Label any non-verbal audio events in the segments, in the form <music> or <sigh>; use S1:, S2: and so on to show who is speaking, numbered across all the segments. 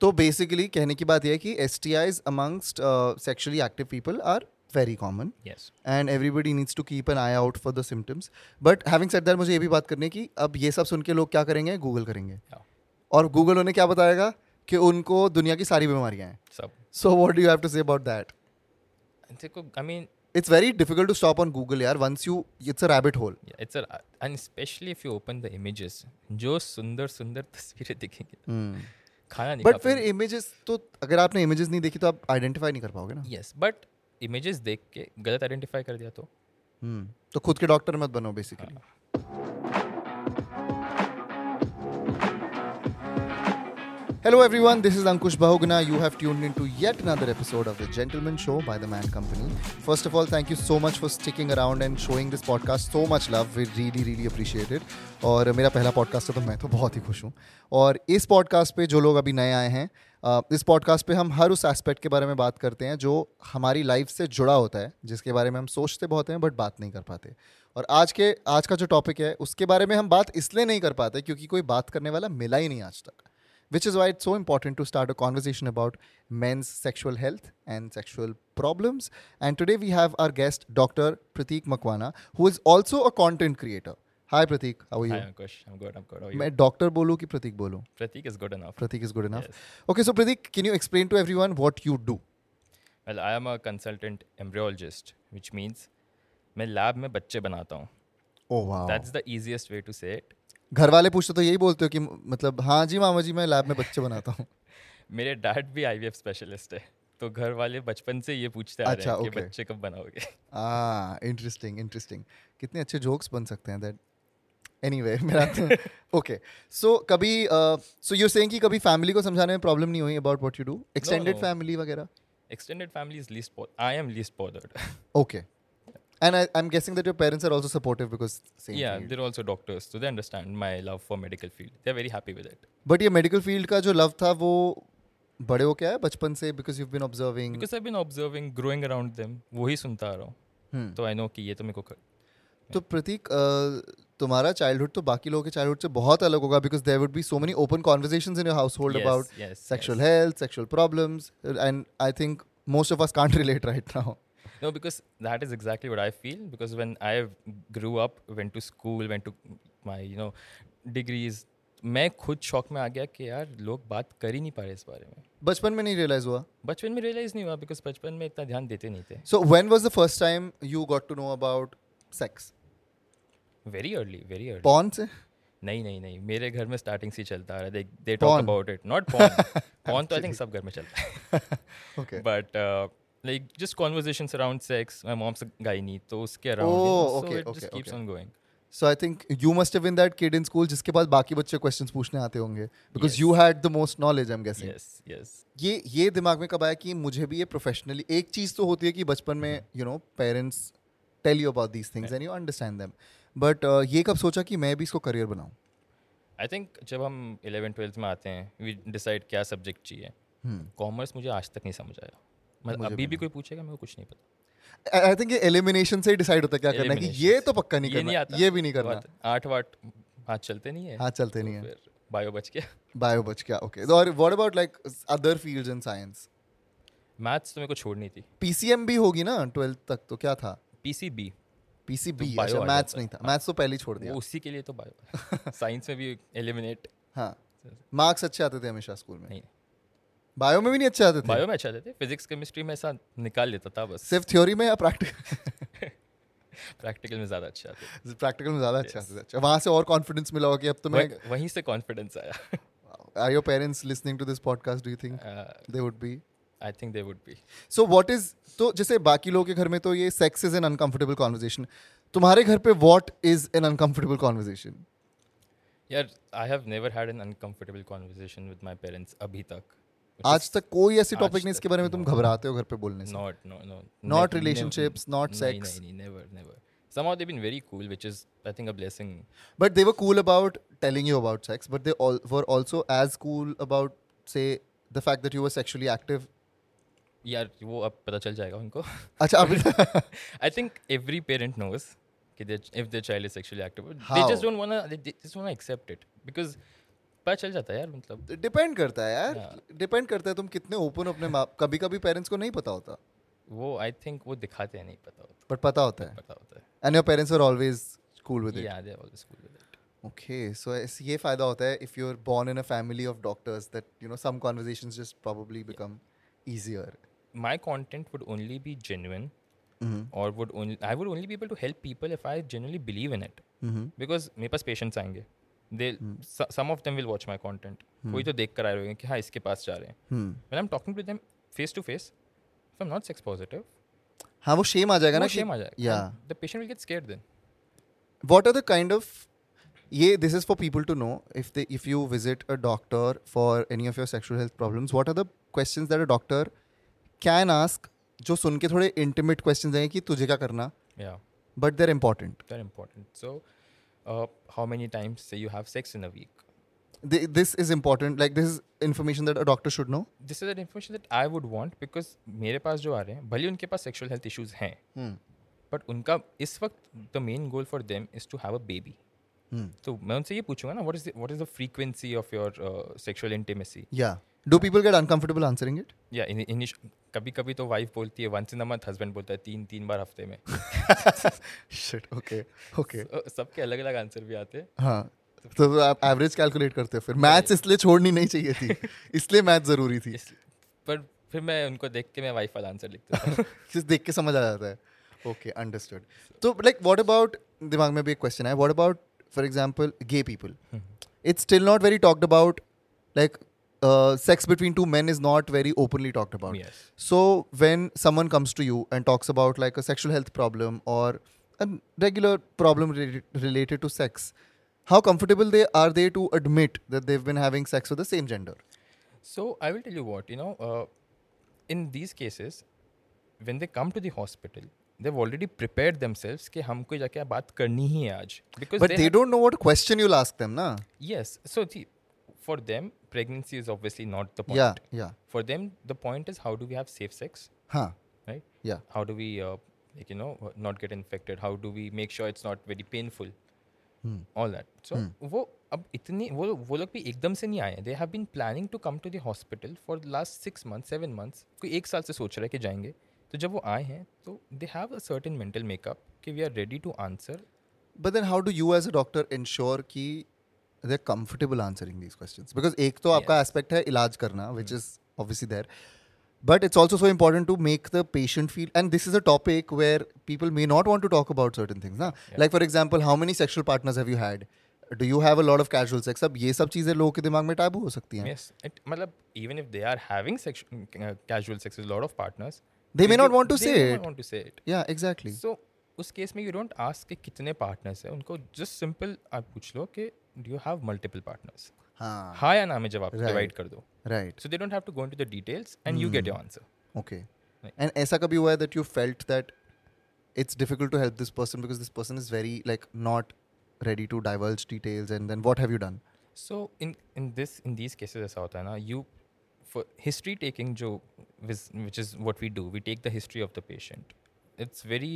S1: तो बेसिकली कहने की बात यह है कि S T Is amongst sexually active people are very common
S2: yes
S1: and everybody needs to keep an eye out for the symptoms but having said that मुझे ये भी बात करनी है कि अब ये सब सुन के लोग क्या करेंगे गूगल करेंगे
S2: Yeah.
S1: और गूगल उन्हें क्या बताएगा कि उनको दुनिया की सारी बीमारियां हैं
S2: सब
S1: so what do have to say about that
S2: देखो I mean
S1: it's very difficult to stop on Google यार once you it's a rabbit hole
S2: it's and specially if you open the images जो सुंदर सुंदर <laughs> तस्वीरें दिखेंगे खाना नहीं
S1: but Hmm. फिर इमेजेस तो अगर आपने इमेजेस नहीं देखी तो आप आइडेंटिफाई नहीं कर पाओगे ना
S2: यस बट इमेजेस देख के गलत आइडेंटिफाई कर दिया तो
S1: हम्म, तो खुद के डॉक्टर मत बनो basically Hello everyone, this is Ankush Bahuguna. You have tuned into yet another episode of The Gentleman Show by The Man Company. First of all, thank you so much for sticking around and showing this podcast so much love. We really, really appreciate it. और मेरा पहला podcast है तो मैं तो बहुत ही खुश हूँ और इस पॉडकास्ट पे जो लोग अभी नए आए हैं अ, इस पॉडकास्ट पे हम हर उस एस्पेक्ट के बारे में बात करते हैं जो हमारी लाइफ से जुड़ा होता है जिसके बारे में हम सोचते बहुत हैं बट बात नहीं कर पाते और आज के आज का जो टॉपिक है उसके बारे में हम बात इसलिए नहीं कर पाते क्योंकि कोई बात करने वाला मिला ही नहीं आज तक which is why it's so important to start a conversation about men's sexual health and sexual problems. And today we have our guest, Dr. Pratik Makwana, who is also a content creator. Hi, Pratik. How are you?
S2: Hi Ankush, I'm good, I'm good. How are you?
S1: मैं doctor बोलूँ कि प्रतीक बोलूँ
S2: Pratik is good enough.
S1: Pratik is good
S2: Yes.
S1: Enough okay so Pratik can you explain to everyone what you do
S2: Well, I am a consultant embryologist, which means मैं lab में बच्चे बनाता हूँ
S1: oh wow
S2: that's the easiest way to say it.
S1: घर वाले पूछते तो यही बोलते हो कि मतलब हाँ जी मामा जी मैं लैब में बच्चे बनाता हूँ
S2: मेरे डैड भी आई स्पेशलिस्ट है तो घर वाले बचपन से ये पूछते आ रहे
S1: अच्छा,
S2: हैं कि
S1: okay.
S2: बच्चे कब बनाओगे <laughs>
S1: आ इंटरेस्टिंग इंटरेस्टिंग Ah, कितने अच्छे जोक्स बन सकते हैं दैट एनीवे <laughs> मेरा ओके सो कभी uh, सो यू सेइंग कि कभी फैमिली को समझाने में प्रॉब्लम नहीं हुई about what you do extended
S2: no.
S1: Family वगैरह
S2: extended family is least I am least bothered
S1: okay and I am guessing that your parents are also supportive because
S2: yeah
S1: same
S2: there also doctors तो they understand my love for medical field they are very happy with it
S1: but ये medical field का जो love था वो बड़े हो क्या है बचपन से because you have been observing
S2: because I been observing growing around them वही सुनता आ रहा हूँ तो आई नो कि ये तो मेरे को कर-
S1: Hmm. तो प्रतीक uh, तुम्हारा चाइल्डहुड तो बाकी लोगों के चाइल्डहुड से बहुत अलग होगा because there would be so many open conversations in your house hold
S2: Yes,
S1: about
S2: yes,
S1: sexual health, sexual problems, and I think most of us can't <laughs> relate right now.
S2: No, because that is exactly what I feel. Because when I grew up, went to school, went to my you know degrees, मैं खुद शौक में आ गया कि यार लोग बात कर ही नहीं पा रहे इस बारे में
S1: बचपन में नहीं रियलाइज हुआ
S2: बचपन में रियलाइज़ नहीं हुआ बिकॉज बचपन में इतना ध्यान देते नहीं थे
S1: so when was the first time you got to know about sex
S2: very early very early
S1: porn से
S2: नहीं नहीं नहीं मेरे घर में स्टार्टिंग से ही चलता आ रहा है they
S1: Porn.
S2: Talk about it not
S1: <laughs>
S2: pawn porn तो आई थिंक सब घर में चलता है uh,
S1: okay
S2: but like just conversation around sex my mom's guy नहीं तो उसके
S1: Oh,
S2: around
S1: okay,
S2: it
S1: okay,
S2: just keeps
S1: okay.
S2: On going
S1: so I think you must have been that kid in school जिसके बाद बाकी बच्चे questions पूछने आते होंगे because
S2: Yes.
S1: You had the most knowledge I am guessing
S2: yes yes
S1: ये ये दिमाग में कब आया कि मुझे भी ये प्रोफेशनली एक चीज़ तो होती है कि बचपन में you know parents tell you about these things and you understand them but uh, ये कब सोचा कि मैं भी इसको करियर बनाऊं
S2: आई थिंक जब हम 11 12th में आते हैं वी डिसाइड क्या सब्जेक्ट
S1: Hmm.
S2: चाहिए कॉमर्स मुझे आज तक नहीं समझ आया मतलब अभी भी कोई पूछेगा मेरे को कुछ नहीं पता
S1: आई थिंक ये एलिमिनेशन से ही डिसाइड होता है क्या करना है कि
S2: Elimination
S1: ये
S2: से।
S1: तो पक्का नहीं
S2: ये नहीं
S1: करना
S2: आता
S1: ये भी नहीं करना
S2: बात- आठ वाट हाथ चलते नहीं है तो
S1: हाँ चलते नहीं है
S2: फिर बायो बच गया <laughs>
S1: बायो बच क्या ओके और what about like other fields in science
S2: maths तो मेरे को छोड़नी थी
S1: पीसीएम भी होगी ना 12th तक तो क्या था
S2: पीसीबी
S1: पीसीबी
S2: तो bio
S1: अच्छा
S2: आ
S1: मैथ्स
S2: जाता हाँ।
S1: नहीं था मैथ्स तो पहले ही छोड़
S2: वो
S1: दिया
S2: उसी के लिए तो बायो
S1: <laughs>
S2: साइंस में भी एलिमिनेट
S1: हाँ मार्क्स अच्छे आते थे हमेशा स्कूल में
S2: नहीं
S1: बायो में भी नहीं अच्छे आते तो थे
S2: बायो में अच्छा देते फिजिक्स केमिस्ट्री में ऐसा निकाल लेता था बस
S1: सिर्फ थ्योरी में या <laughs> प्रैक्टिकल
S2: प्रैक्टिकल में ज़्यादा अच्छा आते
S1: प्रैक्टिकल में ज़्यादा अच्छे आते थे अच्छा वहाँ से और कॉन्फिडेंस मिला होगा कि अब तो मैं
S2: वह- वहीं से कॉन्फिडेंस आया <laughs>
S1: are your parents listening to this podcast do you think
S2: Uh,
S1: they would be
S2: I think they would be
S1: so what is तो जैसे बाकी लोगों के घर में तो ये sex is an uncomfortable conversation तुम्हारे घर पे what is an uncomfortable conversation
S2: यार I have never had an uncomfortable conversation with my parents अभी तक
S1: आज तक कोई ऐसी
S2: आज
S1: टॉपिक नहीं
S2: तक
S1: इसके बारे में तुम
S2: no.
S1: घबराते हो घर पे बोलने से
S2: not no no
S1: Not relationships, not sex.
S2: नहीं never never somehow they've been very cool which is i think a blessing
S1: but they were cool about telling you about sex but they were also as cool about से the fact that you were sexually active
S2: यार वो अब पता चल जाएगा उनको
S1: अच्छा <laughs> अब
S2: i think every parent knows कि their- if their child is sexually active they
S1: How?
S2: just don't want to they they just want to accept it because पता चल जाता है यार मतलब
S1: डिपेंड करता है यार डिपेंड करता है तुम कितने ओपन अपने माँ कभी कभी पेरेंट्स को नहीं पता होता
S2: वो आई थिंक वो दिखाते हैं नहीं पता होता
S1: बट पता होता है
S2: पता होता है
S1: and your parents are always cool with it
S2: याद है always school with it
S1: Okay, so it's- ये फायदा होता है if you are born in a family of doctors that you know some conversations just probably become easier
S2: my content would only be genuine or would only i would only be able to help people if i genuinely believe in it because मेरे पास patients आएंगे they so- some of them will watch my content कोई तो देख कर आए होंगे कि हाँ इसके पास जा रहे हैं
S1: Hmm.
S2: when i'm talking to them face to face if i'm not sex positive
S1: हाँ वो shame आ जाएगा ना
S2: वो shame आ जाएगा
S1: या
S2: And the patient will get scared then
S1: what are the kind of ये this is for people to know if they if you visit a doctor for any of your sexual health problems what are the questions that a doctor can ask जो सुन के थोड़े intimate questions हैं कि तुझे क्या करना
S2: yeah
S1: but they are important
S2: they're important so uh, how many times say you have sex in a week
S1: this is important like this is information that a doctor should know
S2: this is an information that I would want because मेरे पास जो आ रहे हैं भले ही उनके पास सेक्सुअल हेल्थ इश्यूज हैं बट उनका इस वक्त the main goal for them is to have a baby
S1: Hmm.
S2: तो मैं उनसे ये पूछूंगा ना what is what is the frequency of your sexual intimacy
S1: या do people get uncomfortable answering it
S2: या कभी कभी तो वाइफ बोलती है once in a month husband बोलता है तीन तीन बार हफ्ते में
S1: शिट ओके ओके
S2: So, <laughs> सबके अलग अलग आंसर भी आते हैं
S1: हाँ तो आप एवरेज कैलकुलेट करते हो फिर मैथ्स इसलिए छोड़नी नहीं चाहिए थी इसलिए मैथ जरूरी थी
S2: इस- पर फिर मैं उनको देख के मैं वाइफ वाला आंसर लिखता हूँ
S1: जिस देख के समझ आ जाता है ओके अंडरस्टूड तो लाइक व्हाट अबाउट दिमाग में भी एक क्वेश्चन है what about for example gay people it's still not very talked about like sex between two men is not very openly talked about
S2: Yes.
S1: So when someone comes to you and talks about like a sexual health problem or a regular problem related, related to sex, how comfortable they are they to admit that they've been having sex with the same gender?
S2: So I will tell you what you know. Uh, in these cases, when they come to the hospital, they've already prepared themselves कि हमको जाके आप बात करनी ही है आज. Because
S1: But
S2: they,
S1: they
S2: have-
S1: don't know what question you'll ask them, na?
S2: yes. So see, for them, pregnancy is obviously not the point.
S1: Yeah, yeah.
S2: For them, the point is how do we have safe sex,
S1: Huh.
S2: right?
S1: Yeah.
S2: How do we, uh, like you know, uh, not get infected? How do we make sure it's not very painful?
S1: Hmm.
S2: All that. So वो अब इतनी वो वो लोग भी एकदम से नहीं आए they have been planning to come to the hospital for last six month seven months कोई एक साल से सोच रहा है कि जाएंगे तो जब वो आए हैं तो they have a certain mental makeup कि we are ready to answer
S1: But then how do you as a doctor ensure कि they're comfortable answering these questions? Because एक तो आपका aspect है इलाज करना, which is obviously there. But it's also so important to make the patient feel, and this is a topic where people may not want to talk about certain things. Na? Like, for example, how many sexual partners have you had? Do you have a lot of casual sex? अब ये सब चीज़ें लोगों के दिमाग में टाबू हो सकती हैं
S2: यस इट मतलब even if they are having casual sex with lot of partners
S1: They may not want to say it.
S2: Want to say it
S1: Yeah, exactly.
S2: So उस केस में यू डोंट आस्क कि कितने partners हैं उनको just simple आप पूछ लो कि do you have multiple partners
S1: हाँ,
S2: हाँ या ना में जवाब डिवाइड कर दो
S1: right.
S2: So they don't have to go into the details and you get your
S1: Hmm.
S2: Answer
S1: Okay.
S2: Right.
S1: And ऐसा कभी हुआ है that you felt that it's difficult to help this person because this person is very like not ready to divulge details and then what have you done?
S2: So in in this in these cases ऐसा होता है ना you for history taking जो which is what we do we take the history of the patient it's very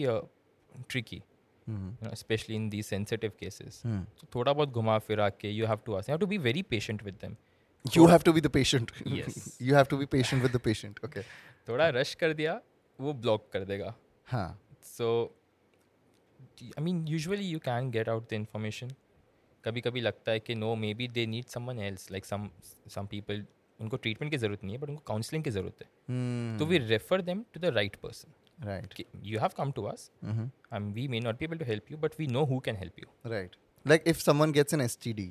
S2: tricky
S1: Mm-hmm.
S2: Specially in the sensitive cases
S1: Hmm.
S2: तो थोड़ा बहुत घुमा फिरा के you have to ask have to be very patient with them
S1: You have to be the patient.
S2: Yes.
S1: <laughs> you have to be patient with the patient. Okay.
S2: थोड़ा rush कर दिया वो ब्लॉक कर देगा
S1: Huh.
S2: so d- i mean usually you can get out the information कभी कभी लगता है कि no maybe they need someone else like some some people उनको ट्रीटमेंट की ज़रूरत नहीं है बट उनको काउंसलिंग की ज़रूरत है
S1: Hmm.
S2: तो we refer them to the right person
S1: Right. Mm-hmm.
S2: You have come to us I am we may not be able to help you but we know who can help you
S1: Right. Like if someone gets an STD,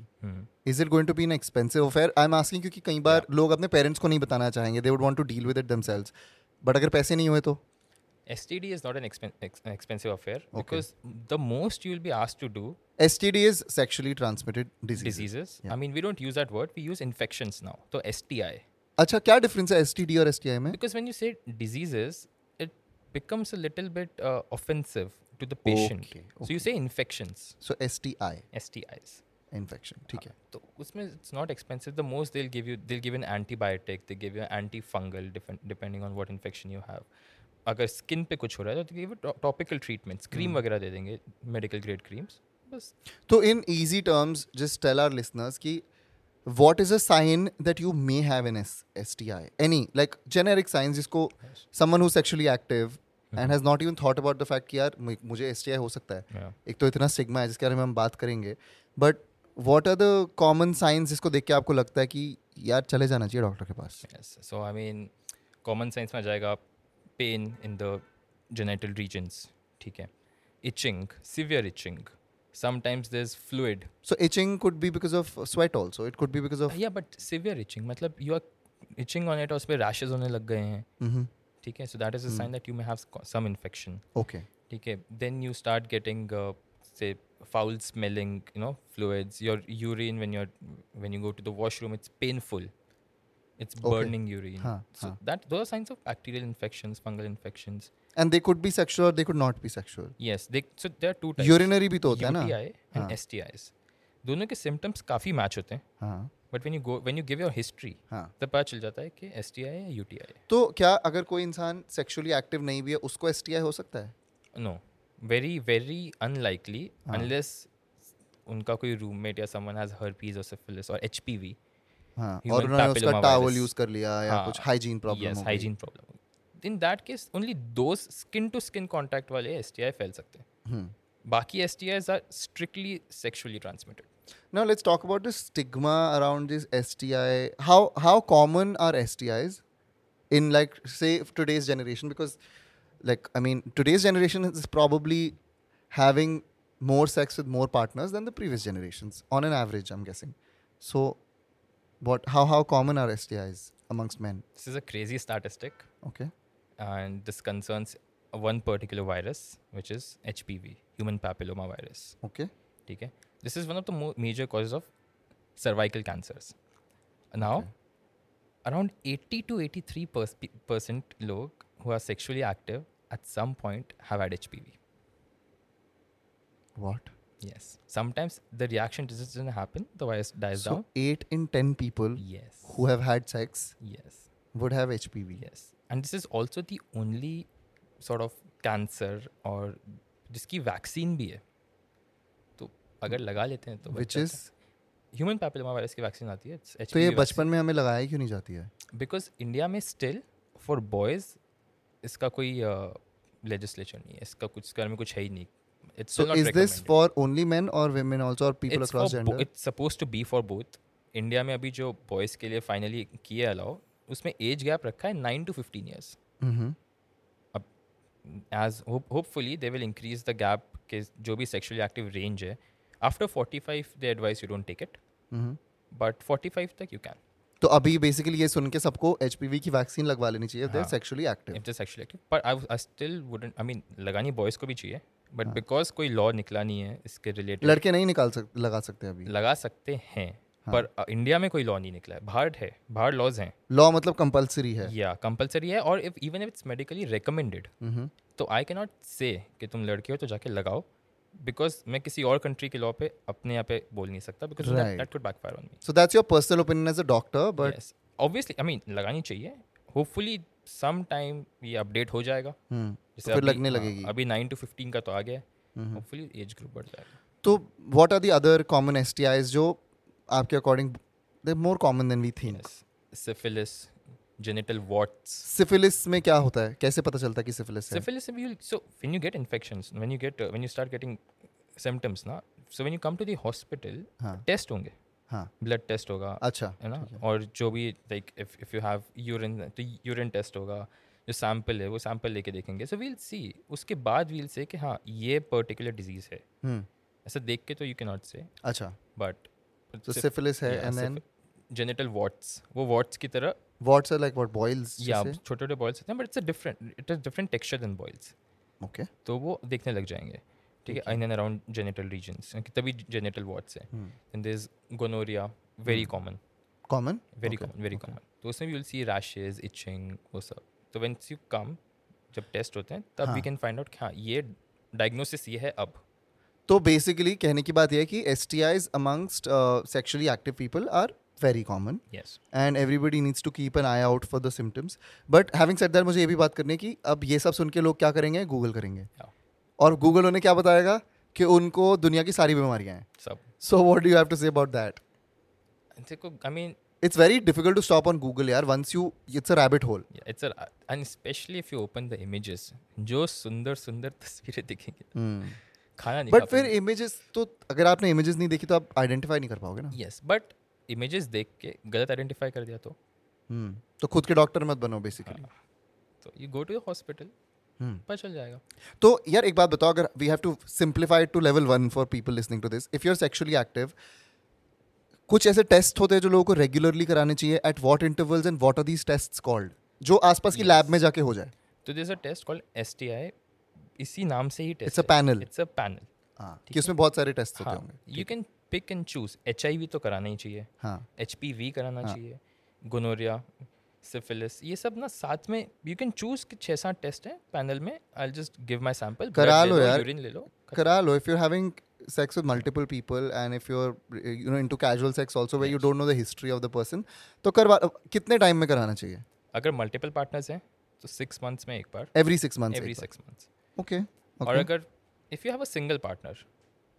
S1: is it going to be an expensive affair? I'm asking क्योंकि कई बार लोग अपने parents को नहीं बताना चाहेंगे. They would want to deal with it themselves. But अगर पैसे नहीं हुए तो
S2: S T D is not an expensive affair because the most you will be ask to do
S1: STD is sexually transmitted disease.
S2: Diseases I mean we don't use that word we use infections now तो S T I
S1: अच्छा क्या difference है STD और STI में?
S2: because when you say diseases it becomes a little bit uh, offensive to the patient
S1: Okay,
S2: so you say infections
S1: So STI.
S2: stis
S1: infection ठीक है
S2: तो उसमें it's not expensive the most they'll give you they'll give an antibiotic they give you an antifungal different depending on what infection you have अगर skin पे कुछ हो रहा है तो give topical treatments cream
S1: Hmm.
S2: वगैरह दे देंगे मेडिकल ग्रेड क्रीम्स बस
S1: तो in easy terms just tell our listeners कि what is a sign that you may have an S- STI? Any like generic signs जिसको someone who's sexually active and has not even thought about the fact कि यार मु- मुझे STI हो सकता है
S2: Yeah.
S1: एक तो इतना स्टिग्मा है जिसके बारे में हम बात करेंगे but what are the common signs जिसको देख के आपको लगता है कि यार चले जाना चाहिए डॉक्टर के पास
S2: Yes. So I mean, common sense में जाएगा pain in the genital regions. ठीक है. Itching, severe itching. Sometimes there's fluid.
S1: So itching could be because of sweat also it could be because of
S2: Yeah, but severe itching मतलब you are itching on it और उस पर rashes होने लग गए हैं
S1: mm-hmm,
S2: ठीक है so that is a sign that you may have some infection
S1: okay
S2: ठीक है then you start getting say foul smelling you know fluids your urine when you're when you go to the washroom it's painful it's
S1: Okay.
S2: Burning urine
S1: हाँ,
S2: so
S1: हाँ.
S2: That though are signs of bacterial infections fungal infections
S1: and they could be sexual they could not be sexual
S2: yes they so there to
S1: urinary भी तो होता है ना
S2: UTI and STIs दोनों के symptoms काफी मैच होते हैं
S1: हाँ
S2: but when you go when you give your history
S1: हाँ
S2: तब पता चल जाता है कि एसटीआई या यूटीआई
S1: तो क्या अगर कोई इंसान सेक्सुअली एक्टिव नहीं भी है उसको एस हो सकता है
S2: नो वेरी वेरी अनलाइकली
S1: हाँ.
S2: अनलेस उनका कोई रूममेट या समवन हैज हर्पीस और सिफिलिस और एचपीवी
S1: हाँ
S2: Human
S1: और उन्होंने उसका
S2: papilloma
S1: टावल
S2: virus.
S1: यूज कर लिया या
S2: हाँ,
S1: कुछ hygiene problem
S2: yes, hygiene problem. In that case, only those skin to skin contact वाले STI फैल सकते हैं
S1: हम्म।
S2: बाकी STIs are strictly sexually transmitted.
S1: Now let's talk about the stigma around this STI. How how common are STIs in like say today's generation? Because like I mean today's generation is probably having more sex with more partners than the previous generations on an average. I'm guessing. So, what how how common are STIs amongst men?
S2: This is a crazy statistic,
S1: Okay.
S2: and this concerns one particular virus, which is HPV, human papilloma virus.
S1: Okay.
S2: ठीक है? This is one of the mo- major causes of cervical cancers. Now, around 80 to 83 pers- percent लोग who are sexually active at some point have had HPV.
S1: What?
S2: Yes. Sometimes the reaction doesn't happen, the virus dies
S1: So
S2: down.
S1: eight in ten people
S2: Yes.
S1: who have had sex
S2: Yes.
S1: would have HPV.
S2: Yes. And this is also the only sort of cancer or जिसकी vaccine भी है तो अगर लगा लेते हैं तो
S1: Hmm. Which is
S2: human papilloma virus की वैक्सीन आती है it's
S1: तो ये
S2: HPV
S1: बचपन में हमें लगाया क्यों नहीं जाती है
S2: बिकॉज इंडिया में स्टिल फॉर बॉयज इसका कोई लेजिस्लेचर नहीं है इसका कुछ इसके बारे में कुछ है ही नहीं it's
S1: So is this for only men or women also or people
S2: it's
S1: across
S2: for bo-
S1: gender?
S2: It's supposed to be for both. India में अभी जो बॉयज़ के लिए फाइनली किया अलाउ उसमें एज गैप रखा है nine to fifteen years
S1: mm-hmm.
S2: अब as hopefully they will increase the gap के जो भी सेक्शुअली एक्टिव रेंज है after forty five they advise you don't take it
S1: Mm-hmm.
S2: But forty five तक you can
S1: तो अभी बेसिकली ये सुन के सबको एच की वैक्सीन लगवा लेनी चाहिए
S2: हाँ।
S1: Sexually active
S2: if the sexually active but I I still wouldn't I mean लगानी बॉयज़ को भी चाहिए बट बिकॉज कोई लॉ निकला नहीं है इसके रिलेटेड
S1: लड़के नहीं निकाल सक लगा सकते अभी
S2: लगा सकते हैं पर इंडिया में कोई लॉ नहीं निकला है बाहर है बाहर लॉज हैं
S1: लॉ मतलब कंपलसरी है
S2: या कंपलसरी है और if even if it's medically recommended
S1: mm-hmm.
S2: तो आई कैन नॉट से कि तुम लड़के हो तो जाके लगाओ बिकॉज मैं किसी और कंट्री के लॉ पे अपने यहाँ पे बोल नहीं सकता because
S1: Right.
S2: That could backfire on me
S1: So that's your personal opinion as a doctor, but
S2: but obviously I mean लगानी चाहिए होपफुली सम टाइम ये अपडेट हो जाएगा
S1: hmm, तो
S2: जैसे
S1: फिर
S2: अभी-
S1: लगने
S2: हाँ,
S1: लगेगी हम्म।
S2: अभी नाइन टू फिफ्टीन का तो आ गया है होपफुली एज ग्रुप बढ़ जाएगा
S1: तो what are the other common S जो आपके according they more common than we think
S2: yes syphilis genital warts
S1: syphilis में क्या होता है कैसे पता चलता है कि सिफिलिस है
S2: syphilis if you so when you get infections when you get uh, when you start getting symptoms na so when you come to the hospital
S1: हाँ
S2: test honge
S1: हाँ
S2: blood test hoga
S1: अच्छा
S2: है ना और जो भी like if if you have urine तो urine test होगा जो सैम्पल है वो सैम्पल लेके देखेंगे सो वील सी उसके बाद वील से कि हाँ ये पर्टिकुलर डिजीज है
S1: हम्म
S2: ऐसा देख के तो यू कैन नॉट से
S1: अच्छा
S2: बट
S1: So syphilis तो है and then
S2: जेनिटल वॉट्स वो वॉट्स की तरह
S1: What's are like what boils?
S2: या
S1: जैसे?
S2: छोटे छोटे बॉयल्स होते हैं but it's a different it is different texture than boils
S1: Okay.
S2: तो वो देखने लग जाएंगे ठीक है in and around genital regions तभी जेनिटल वॉट्स है
S1: Hmm.
S2: Then there is gonorrhoea very common
S1: Common.
S2: Very common very common तो उसमें भी विल सी रैशेज इचिंग वो सब तो वेंस यू कम जब टेस्ट होते हैं तब वी
S1: हाँ।
S2: कैन फाइंड आउट हाँ ये डायग्नोसिस ये है अब
S1: तो बेसिकली कहने की बात यह है कि S T Is amongst sexually active people are very common
S2: yes
S1: and everybody needs to keep an eye out for the symptoms but having said that मुझे ये भी बात करनी है कि अब ये सब सुन के लोग क्या करेंगे गूगल करेंगे और गूगल उन्हें क्या बताएगा कि उनको दुनिया की सारी बीमारियां हैं
S2: सब
S1: so what do have to say about that
S2: देखो I mean
S1: It's very difficult to stop on Google, यार. Once you, it's a rabbit hole.
S2: It's and specially if you open the images जो सुंदर सुंदर तस्वीरें दिखेंगी खाना नहीं
S1: but Hmm. फिर इमेजेस तो अगर आपने इमेजेस नहीं देखी तो आप आइडेंटिफाई नहीं कर पाओगे ना
S2: यस बट इमेजेस देख के गलत आइडेंटिफाई कर दिया तो
S1: हम्म. तो खुद के डॉक्टर मत बनो बेसिकली
S2: तो you go to the hospital पता चल जाएगा
S1: तो यार एक बात बताओ अगर we have to simplify to level one for people listening to this if you are sexually active कुछ ऐसे टेस्ट होते हैं जो लोगों को रेगुलरली कराने चाहिए at what intervals and what are these test called जो आसपास की लैब में जाके हो जाए
S2: तो this a test called S T I इसी नाम से ही test
S1: It's a panel.
S2: It's a panel
S1: हाँ, कि उसमें बहुत सारे टेस्ट होते
S2: हाँ
S1: होंगे
S2: you can pick and choose H I V तो कराना ही चाहिए
S1: हाँ
S2: एच पी वी कराना चाहिए गोनोरिया सिफिलिस ये सब ना साथ में यू कैन चूज कि छः सात टेस्ट हैं पैनल में I just give my sample
S1: करा लो यार।
S2: यूरिन ले लो
S1: करा लो if you having sex with multiple people and if you are you know into casual sex also where you don't know the history of the person तो करवा कितने टाइम में कराना चाहिए
S2: अगर मल्टीपल पार्टनर्स हैं तो सिक्स मंथ्स में एक बार
S1: every six
S2: every
S1: months
S2: six months
S1: okay
S2: और अगर if you have a single partner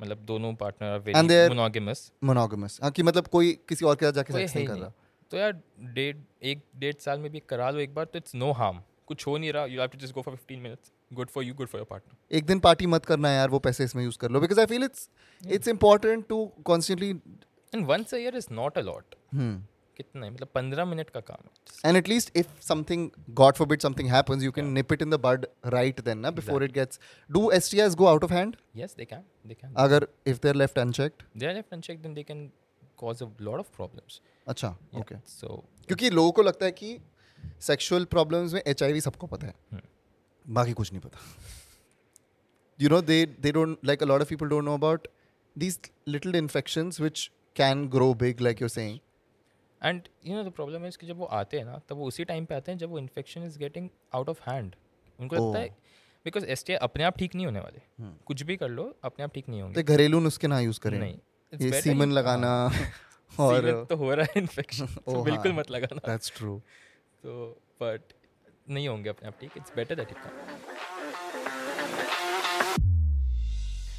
S2: मतलब दोनों partner are
S1: And
S2: very
S1: they're-
S2: monogamous
S1: monogamous हाँ कि मतलब कोई किसी और के साथ जाके
S2: कोई
S1: सेक्स
S2: है ही
S1: नहीं कर रहा
S2: नहीं तो यार डेढ़ एक डेढ़ साल में भी करा लो एक बार तो इट्स नो हार्म कुछ हो नहीं रहा you have to just go for 15 minutes good for you good for your partner
S1: एक दिन पार्टी मत करना यार वो पैसे इसमें यूज कर लो because I feel it's it's important to constantly
S2: and once a year is not a lot
S1: and
S2: कितना है मतलब 15 मिनट का काम है
S1: at least if something God forbid something happens you can nip it in the bud right then ना before it gets do S T S go out of hand
S2: yes they can they can
S1: अगर if they're left unchecked
S2: they are left unchecked then they can cause a lot of problems
S1: अच्छा okay
S2: so
S1: क्योंकि लोगों को लगता है कि sexual problems में एच सबको पता है बाकी कुछ नहीं पता you know they they don't like a lot of people don't know about these little infections which can grow big like you're saying
S2: and you know the problem है कि जब वो आते हैं ना तब वो उसी टाइम पे आते हैं जब वो infection is getting out of hand उनको लगता है
S1: Oh.
S2: बिकॉज एस अपने आप ठीक नहीं होने वाले कुछ भी कर लो अपने आप ठीक नहीं होंगे
S1: तो घरेलू नुस्खे ना यूज करें
S2: नहीं It's
S1: ये
S2: better
S1: सीमन
S2: you-
S1: लगाना <laughs>
S2: हाँ, <laughs>
S1: और
S2: सीमन तो हो रहा है
S1: <laughs>
S2: इन्फेक्शन
S1: ओ
S2: तो बिल्कुल
S1: हाँ।
S2: मत लगाना
S1: दैट्स ट्रू
S2: तो बट नहीं होंगे अपने आप ठीक it's better that it come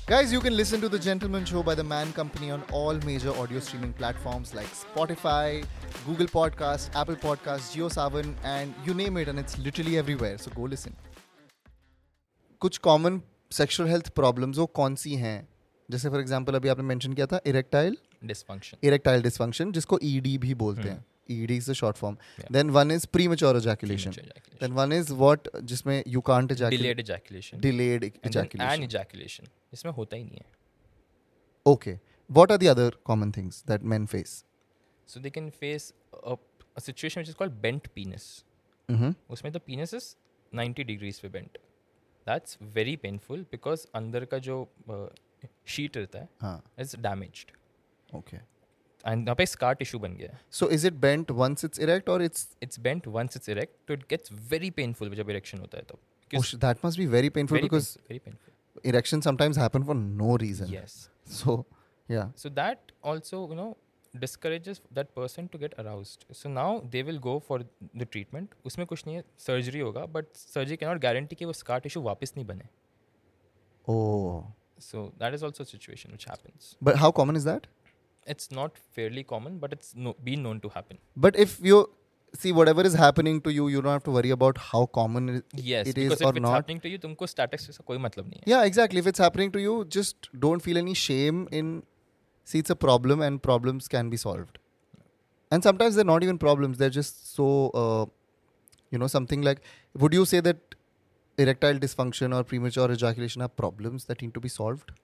S1: Guys, you can listen to The Gentleman Show by The Man Company on all major audio streaming platforms like Spotify, Google Podcast, Apple Podcast, JioSaavn, and you name it, and it's literally everywhere. So go listen. कुछ common sexual health problems वो कौन सी हैं जैसे for example अभी आपने mention किया था erectile
S2: dysfunction
S1: erectile dysfunction जिसको ईडी भी बोलते हैं E ED is the short form
S2: hmm. Yeah.
S1: Then one is premature ejaculation then one is what जिसमें you can't
S2: delayed ejaculation
S1: delayed
S2: and
S1: ejaculation
S2: ejaculation इसमें होता ही नहीं है
S1: Okay. What are the other common things that men face?
S2: So they can face a situation which is called bent penis
S1: Mm-hmm.
S2: उसमें तो the पीनस is 90 degrees पे bent that's very painful because अंदर का जो शीट रहता है
S1: हाँ.
S2: Is damaged
S1: Ah, Okay.
S2: And यहाँ पे स्कार टिश्यू बन गया है
S1: So is it bent once it's erect or it's oh,
S2: it's bent once it's erect तो इट गेट्स वेरी पेनफुल जब इरेक्शन होता है तो
S1: oh, sh- that must be very painful because
S2: very painful
S1: erections sometimes happen for no reason.
S2: Yes
S1: So yeah.
S2: So that also, you know, discourages that person to get aroused. So now they will go for the treatment. उसमें कुछ नहीं है surgery होगा but surgery cannot guarantee कि वो scar tissue वापस नहीं बने
S1: Oh.
S2: So that is also situation which happens
S1: But how common is that?
S2: It's not fairly common but it's been known to happen
S1: But if you see whatever is happening to you, you don't have to worry about how common it,
S2: yes
S1: it is or not.
S2: Happening to you तुमको statistics का कोई मतलब नहीं है
S1: Yeah, exactly. If it's happening to you, just don't feel any shame in. See, it's a problem, and problems can be solved. And sometimes they're not even problems; they're just so, uh, you know, something like. Would you say that erectile dysfunction or premature ejaculation are problems that need to be solved?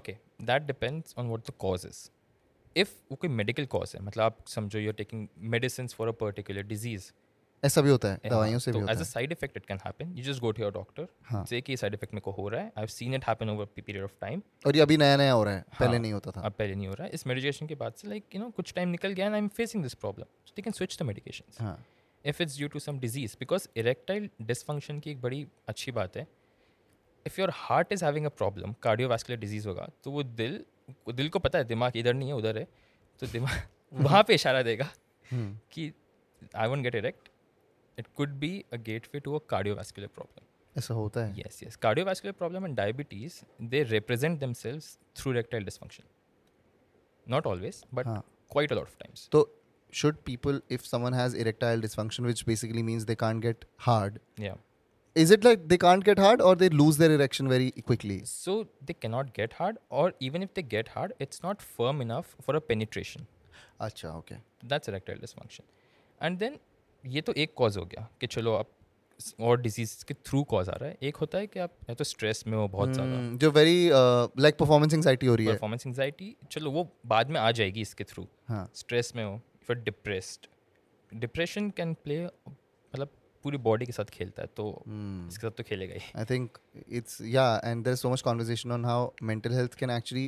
S2: Okay that depends on what the cause is if वो कोई medical cause है मतलब आप समझो you are taking medicine for a particular disease
S1: ऐसा भी होता है
S2: Yeah,
S1: दवाइयों से भी
S2: तो
S1: होता
S2: as a
S1: है
S2: side effect it can happen you just go to your doctor
S1: हाँ।
S2: say कि साइड इफेक्ट मेरे को हो रहा है I have seen it happen over period of time
S1: और ये अभी नया नया हो रहा है पहले
S2: हाँ,
S1: नहीं होता था
S2: अब पहले नहीं हो रहा है इस मेडिकेशन के बाद से लाइक यू नो कुछ टाइम निकल गया and I am facing this problem so they can switch the medication
S1: हाँ
S2: if it's due to some disease because erectile dysfunction की एक बड़ी अच्छी बात है if your heart is having a problem cardiovascular disease होगा तो वो दिल वो दिल को पता है दिमाग इधर नहीं है उधर है तो
S1: <laughs>
S2: दिमाग वहाँ पे इशारा देगा
S1: हम्म,
S2: कि I won't get erect it could be a gateway to a cardiovascular problem
S1: ऐसा होता है
S2: Yes, yes. Cardiovascular problem and diabetes, they represent themselves through erectile dysfunction. Not always, but
S1: हाँ
S2: quite a lot of times.
S1: So should people, if someone has erectile dysfunction, which basically means they can't get hard,
S2: Yeah.
S1: is it like they can't get hard or they lose their erection very quickly?
S2: So they cannot get hard, or even if they get hard, it's not firm enough for a penetration. अच्छा,
S1: Acha, okay.
S2: That's erectile dysfunction and then ये तो एक cause हो गया कि चलो आप स- और डिजीज के थ्रू कॉज आ रहा है एक होता है कि आप या तो स्ट्रेस में हो बहुत ज़्यादा
S1: Hmm, जो वेरी लाइक परफॉर्मेंस एंगजाइटी हो रही है
S2: परफॉर्मेंस एंगजाइटी चलो वो बाद में आ जाएगी इसके थ्रू
S1: हाँ
S2: स्ट्रेस में हो फिर डिप्रेस्ड डिप्रेशन कैन प्ले मतलब पूरी बॉडी के साथ खेलता है तो
S1: Hmm.
S2: इसके साथ तो खेलेगा ही
S1: I think it's yeah, and there's so much conversation on how mental health can actually.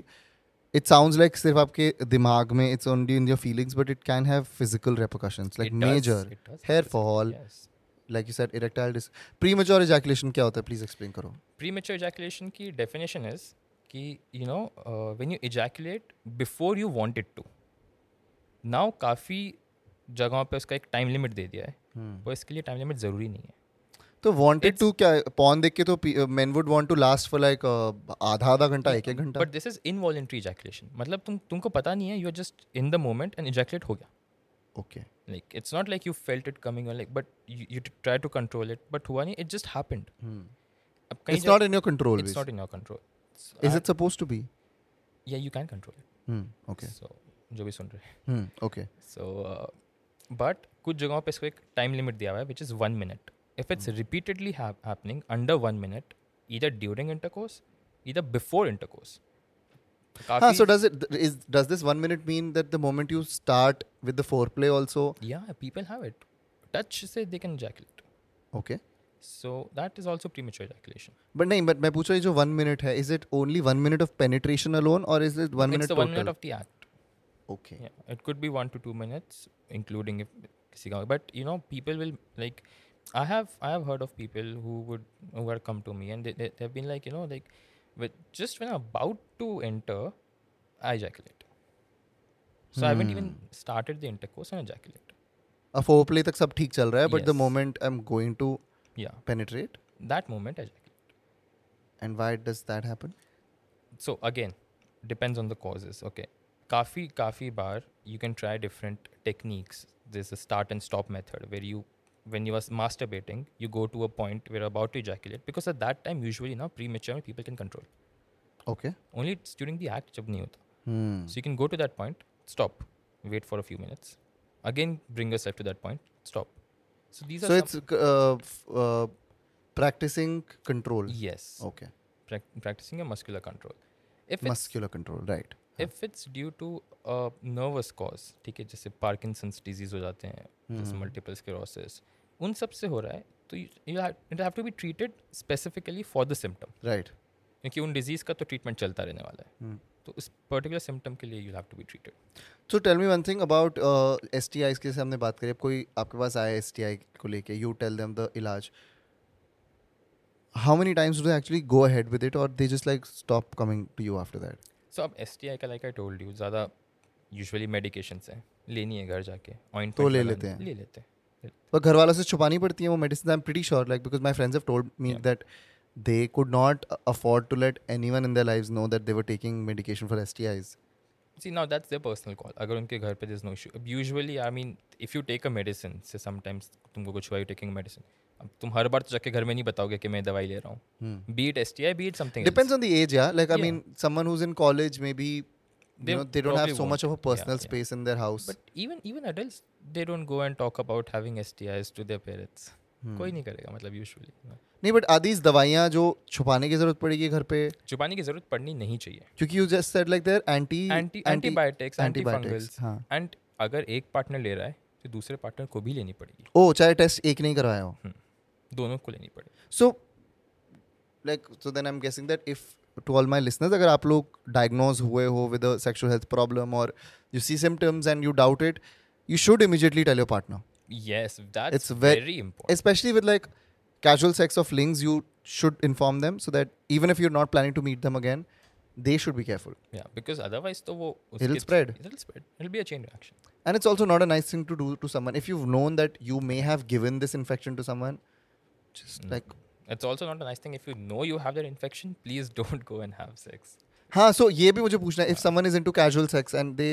S1: It sounds like सिर्फ आपके दिमाग में it's only in your feelings, but it can have physical repercussions like
S2: It does,
S1: major
S2: it does.
S1: hair fall,
S2: yes.
S1: like you said, erectile dis. Premature ejaculation क्या होता है? Please explain करो.
S2: Premature ejaculation की definition is कि uh, you know when you ejaculate before you wanted to now काफ़ी जगहों पे उसका एक टाइम लिमिट दे दिया है वो इसके लिए टाइम लिमिट ज़रूरी नहीं है
S1: तो wanted to क्या पॉन देख के तो men would want to last for like uh, आधा आधा घंटा एक एक घंटा.
S2: But this is involuntary ejaculation मतलब तुम तुमको पता नहीं है you are just in the moment and ejaculate हो गया
S1: okay.
S2: Like it's not like you felt it coming और like but you try to control it but हुआ नहीं इट जस्ट हैपेंड
S1: Hmm.
S2: अब
S1: It's not in your control.
S2: It's
S1: basically.
S2: Not in your control
S1: Is it supposed to be?
S2: या you can control it
S1: Hmm. Okay.
S2: So जो भी सुन रहे हैं
S1: Hmm. Okay.
S2: So but कुछ जगहों पे इसको एक टाइम लिमिट दिया हुआ है which is one minute if
S1: Hmm.
S2: It's repeatedly happening under one minute इधर ड्यूरिंग इंटरकोर्स इधर before intercourse
S1: Huh, so does it th- is does this one minute mean that the moment you start with the foreplay also
S2: या people have it touch से they can ejaculate
S1: okay?
S2: So that is also premature ejaculation
S1: But नहीं but मैं पूछ रहा हूँ ये जो one minute है is it only one minute of penetration alone or is it one minute
S2: it's one minute
S1: total?
S2: Of the act
S1: Okay.
S2: It could be one two two minutes including if किसी का but you know people will like I have I have heard of people who would who are come to me and they have been like you know like with just when I about to enter I ejaculate so I haven't even started the intercourse and ejaculate
S1: A foreplay तक सब ठीक चल रहा है but the
S2: Yes.
S1: moment I'm going to
S2: या
S1: penetrate
S2: that moment I ejaculate
S1: and why does that happen?
S2: So again depends on the causes okay काफ़ी काफ़ी बार you can try different techniques this start and stop method where you when you are masturbating you go to a point where you're about to ejaculate because at that time usually now premature people can control
S1: Okay.
S2: only it's during the act जब नहीं होता
S1: Hmm.
S2: so you can go to that point stop wait for a few minutes again bring yourself to that point stop so these
S1: So
S2: are
S1: it's uh, f- uh, practicing control.
S2: some, yes
S1: Okay.
S2: prac- practicing a muscular control if it's
S1: Muscular control, right?
S2: If it's due to nerves cause ठीक है जैसे Parkinson's disease हो जाते हैं जैसे
S1: hmm.
S2: Multiple sclerosis उन सब से हो रहा है तो it have to be treated specifically for the symptom
S1: Right.
S2: क्योंकि उन डिजीज का तो ट्रीटमेंट चलता रहने वाला है तो उस पर्टिकुलर सिम्टम के लिए you have to be treated
S1: so tell me one thing about S T Is के जैसे हमने बात करी अब कोई आपके पास आया एस टी आई को लेके यू टेल देम द इलाज how many times do actually go ahead with it और they just like stop coming to you after that
S2: so अब एस टी आई का लाइक आई टोल्ड यू ज़्यादा usually medication है लेनी है घर जाके ऑइंट
S1: तो ले लेते हैं।
S2: ले लेते हैं
S1: पर घर वालों से छुपानी पड़ती है वो medicine I am pretty sure like because my friends have told me that they could not afford to let anyone in the life know that they were taking medication for S T Is
S2: See, now that's their personal call. अगर उनके घर पे there's no issue. अब usually, I mean, if you take a medicine, say sometimes तुमको कुछ हुआ you taking medicine अब तुम हर बार तो जाके घर में नहीं बताओगे कि मैं दवाई ले रहा हूँ be it S T I be it something
S1: depends on the age या like I
S2: Hmm. Yeah.
S1: Mean someone who's in college maybe
S2: They
S1: you know they don't have
S2: probably
S1: so much of a
S2: won't. Yeah,
S1: personal
S2: yeah.
S1: space in their house
S2: but even even adult they don't go and talk about having S T Is to their parents
S1: Hmm.
S2: कोई नहीं करेगा मतलब usually
S1: नहीं but आदि दवाइयाँ जो छुपाने की जरूरत पड़ेगी घर पे
S2: छुपाने की जरूरत पड़नी नहीं चाहिए
S1: क्योंकि you just said like there anti
S2: anti antibiotics antifungals
S1: हाँ
S2: एंड अगर एक पार्टनर ले रहा है तो दूसरे पार्टनर को भी लेनी पड़ेगी Hmm.
S1: ओ Oh, चाहे टेस्ट एक नहीं करवाया हो
S2: दोनों को लेनी पड़ेगी
S1: so like so then I am guessing that if to all my listeners अगर आप लोग डायग्नोज हुए हो विद सेक्शुअल हेल्थ प्रॉब्लम और you see symptoms and you doubt it you should immediately tell your partner
S2: yes that's
S1: It's ve-
S2: very important
S1: specially with like casual sex of लिंग्स you should inform them so that even if you are not planning to meet them again they should be careful
S2: Yeah, because otherwise, तो वो
S1: It'll spread.
S2: It'll spread. It'll be a chain reaction.
S1: And it's also not a nice thing to do to someone. If you've known that you may have given this infection to someone, just
S2: Hmm.
S1: like.
S2: Mm. It's also not a nice thing if you know you have that infection. Please <laughs> don't go and have sex.
S1: हाँ सो ये भी मुझे पूछना है if someone is into casual sex and they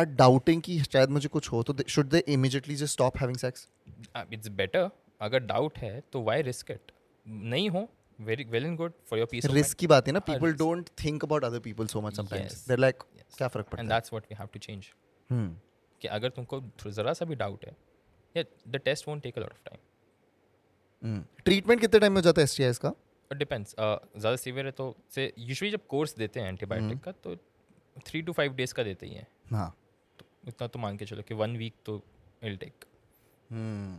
S1: are doubting कि शायद मुझे कुछ हो तो they- should they immediately just stop having sex?
S2: It's better Uh, अगर डाउट है तो वाई रिस्क इट नहीं हो very well and good for your peace
S1: risk की बात है ना
S2: हाँ,
S1: people
S2: risk.
S1: don't think about other people so much sometimes.
S2: Yes.
S1: They're like क्या फर्क
S2: एंड
S1: पड़ता है?
S2: That's what we have to change
S1: Hmm.
S2: कि अगर तुमको थोड़ा- जरा सा भी डाउट है या the test won't take a lot of time
S1: treatment hmm. कितने टाइम में हो जाता है एस का
S2: इट डिपेंड्स ज़्यादा सीवियर Uh, है तो से यूजुअली जब कोर्स देते हैं
S1: Mm.
S2: एंटीबायोटिक का तो थ्री टू फाइव डेज का देते ही हैं
S1: हाँ
S2: तो उतना तो मान के चलो कि वन वीक तो इल take
S1: Hmm.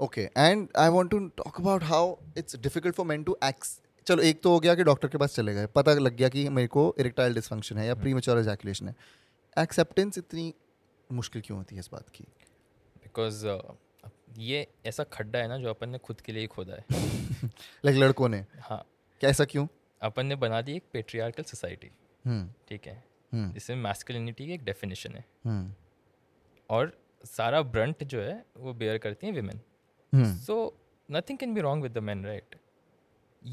S1: Okay and I want to talk about how it's difficult for men to एक्स चलो एक तो हो गया कि डॉक्टर के पास चले गए पता लग गया कि मेरे को इरेक्टाइल डिसफंक्शन है या प्री मेच्योर एजैकुलेशन है एक्सेप्टेंस इतनी मुश्किल क्यों होती है इस बात की
S2: बिकॉज uh, ये ऐसा खड्डा है ना जो अपन ने खुद के लिए ही खोदा है
S1: लाइक लड़कों ने
S2: हाँ
S1: क्या ऐसा क्यों
S2: अपन ने बना दी एक पेट्रियार्कल सोसाइटी
S1: हम्म,
S2: ठीक है
S1: हम्म,
S2: जिसमें मैस्कुलिनिटी की एक डेफिनेशन है
S1: हम्म,
S2: और सारा ब्रंट जो है वो बेयर करती हैं women
S1: hmm,
S2: so nothing can be wrong with the man right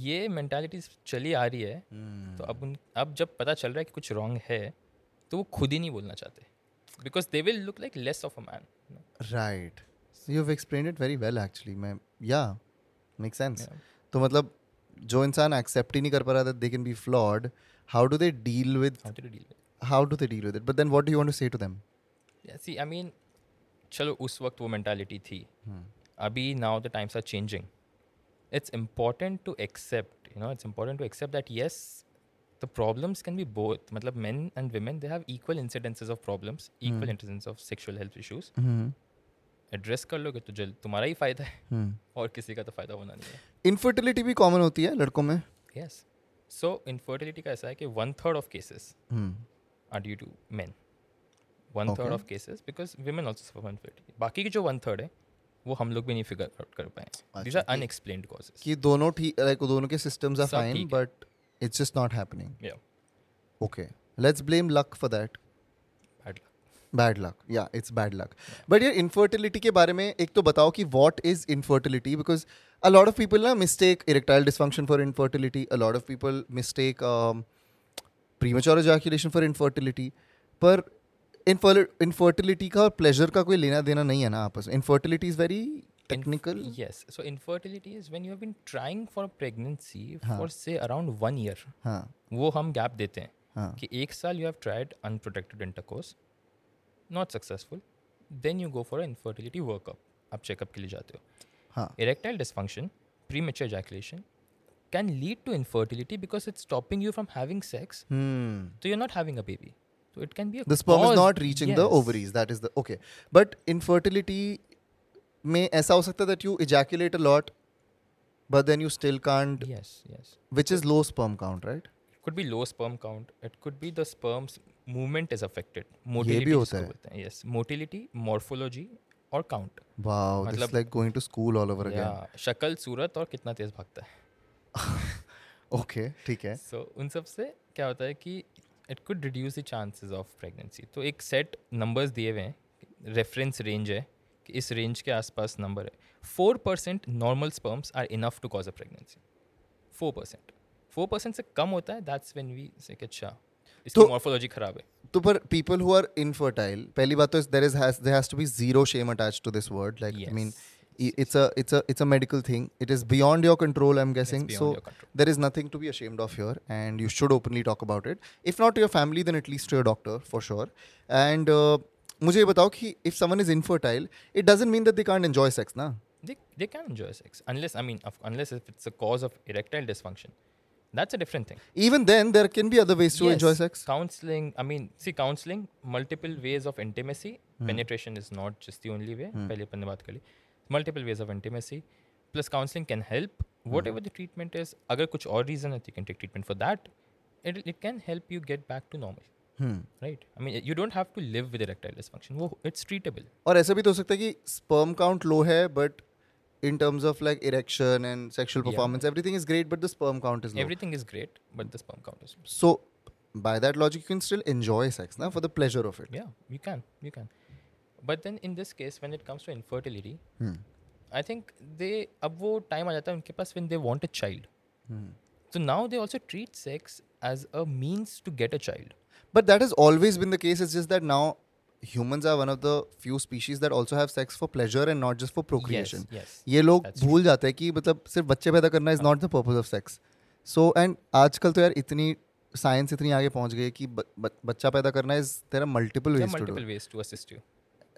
S2: ये मैंटेलिटी चली आ रही है
S1: hmm,
S2: तो अब उन अब जब पता चल रहा है कि कुछ रॉन्ग है तो वो खुद ही नहीं बोलना चाहते because they will look like less of a man
S1: right you have explain it very well actually मैं या मेक सेंस तो मतलब जो इंसान एक्सेप्ट ही नहीं कर पा रहा था they can be flawed how do they deal with
S2: how to deal
S1: how do they deal with it but then what do you want to say to them
S2: see I mean चलो उस वक्त वो mentality थी
S1: Hmm.
S2: अभी now the times are changing it's important to accept you know it's important to accept that yes the problems can be both मतलब men and women they have equal incidences of problems
S1: Hmm.
S2: Equal incidence of sexual health issues address कर लोगे तो जल्द तुम्हारा ही फायदा है
S1: Hmm.
S2: और किसी का तो फायदा होना नहीं है
S1: इनफर्टिलिटी भी कॉमन होती है लड़कों में
S2: यस सो इनफर्टिलिटी का ऐसा है कि one third of cases
S1: Hmm.
S2: are due to men. One third
S1: Okay.
S2: of cases because women also suffer from infertility. बाकी के जो वन थर्ड है वो हम लोग भी नहीं फिगर आउट कर पाए दीज
S1: अच्छा,
S2: आर अनएक्सप्लेन्ड कॉजेज
S1: कि दोनों ठीक लाइक दोनों के सिस्टम्स आर
S2: सब
S1: फाइन
S2: ठीक है।
S1: But it's just not happening
S2: या
S1: okay let's blame luck for that
S2: bad
S1: bad luck या इट्स बैड लक बट यार इनफर्टिलिटी के बारे में एक तो बताओ कि what is infertility because a lot of people ना mistake erectile dysfunction for infertility a lot of people mistake premature ejaculation for infertility पर इनफर्टिलिटी का और प्लेजर का कोई लेना देना नहीं है ना आपस में infertility is very technical
S2: yes so infertility is when you have been trying for pregnancy
S1: हाँ.
S2: For say around one year
S1: हाँ
S2: वो हम गैप देते हैं
S1: हाँ
S2: कि एक साल you have tried unprotected intercourse not successful then you go for infertility workup आप चेकअप के लिए जाते हो
S1: हाँ
S2: erectile dysfunction, premature ejaculation, can lead to infertility because it's stopping you from having sex.
S1: Hmm.
S2: So you're not having a baby. So it can be a
S1: The sperm
S2: cause.
S1: is not reaching the
S2: Yes.
S1: ovaries. That is the okay. But infertility में ऐसा हो सकता है that you ejaculate a lot, but then you still can't,
S2: Yes, yes.
S1: which is low sperm count, right?
S2: Could be low sperm count. It could be the sperm's movement is affected. Motility.
S1: होता
S2: जिसको
S1: है।
S2: बोलते हैं. Yes, motility, morphology और count.
S1: Wow, this is
S2: मतलब-
S1: like going to school all over again.
S2: Yeah, शक्ल सूरत और कितना तेज भागता है.
S1: Okay, ठीक है.
S2: सो उन सब से क्या होता है कि it could reduce the chances of pregnancy तो एक सेट नंबर्स दिए हुए हैं रेफरेंस रेंज है कि इस रेंज के आसपास नंबर है four percent normal sperms are enough to cause a pregnancy four percent four percent से कम होता है दैट्स व्हेन वी से अच्छा इसकी
S1: तो-
S2: मॉर्फोलॉजी खराब है
S1: तो पर people who are infertile, पहली बात तो there is has there has to be zero shame attached to this word. Like I mean, i- it's a it's a it's a medical thing. It is beyond your control. I'm guessing.
S2: beyond
S1: So
S2: your control.
S1: there is nothing to be ashamed of here, and you should openly talk about it. If not to your family, then at least to your doctor for sure. And uh, मुझे ये बताओ कि if someone is infertile, it doesn't mean that they can't enjoy sex, ना?
S2: they, they can enjoy sex unless i mean of, unless if it's a cause of erectile dysfunction that's a different thing
S1: Even then, there can be other ways to enjoy
S2: Yes,
S1: sex.
S2: Counseling, I mean, see, counseling, multiple ways of intimacy.
S1: Hmm.
S2: Penetration is not just the only way. पहले अपन ने बात कर ली. Multiple ways of intimacy. Plus, counseling can help.
S1: Hmm.
S2: Whatever the treatment is, अगर कुछ और reason है, तो you can take treatment for that. It, it can help you get back to normal.
S1: Hmm.
S2: Right? I mean, you don't have to live with erectile dysfunction. वो it's treatable.
S1: और ऐसा भी तो हो सकता है कि sperm count low है, but in terms of like erection and sexual
S2: Yeah.
S1: performance, everything is great, but the sperm count is low.
S2: Everything is great, but the sperm count is low.
S1: So, by that logic, you can still enjoy sex, na, for the pleasure of it.
S2: Yeah, you can, you can. But then in this case, when it comes to infertility,
S1: Hmm.
S2: I think they अब वो time आ जाता है उनके पास when they want a
S1: Hmm.
S2: child. So now they also treat sex as a means to get a child.
S1: But that has always been the case. It's just that now humans are one of the few species that also have sex for pleasure and not just for procreation.
S2: yes,
S1: ये लोग
S2: that's
S1: भूल जाते हैं कि मतलब सिर्फ बच्चे पैदा करना is not the purpose of sex so and आजकल तो यार इतनी साइंस इतनी आगे पहुंच गई है कि ब, ब, बच्चा पैदा करना is there are multiple
S2: There are
S1: ways to do
S2: multiple ways to assist you.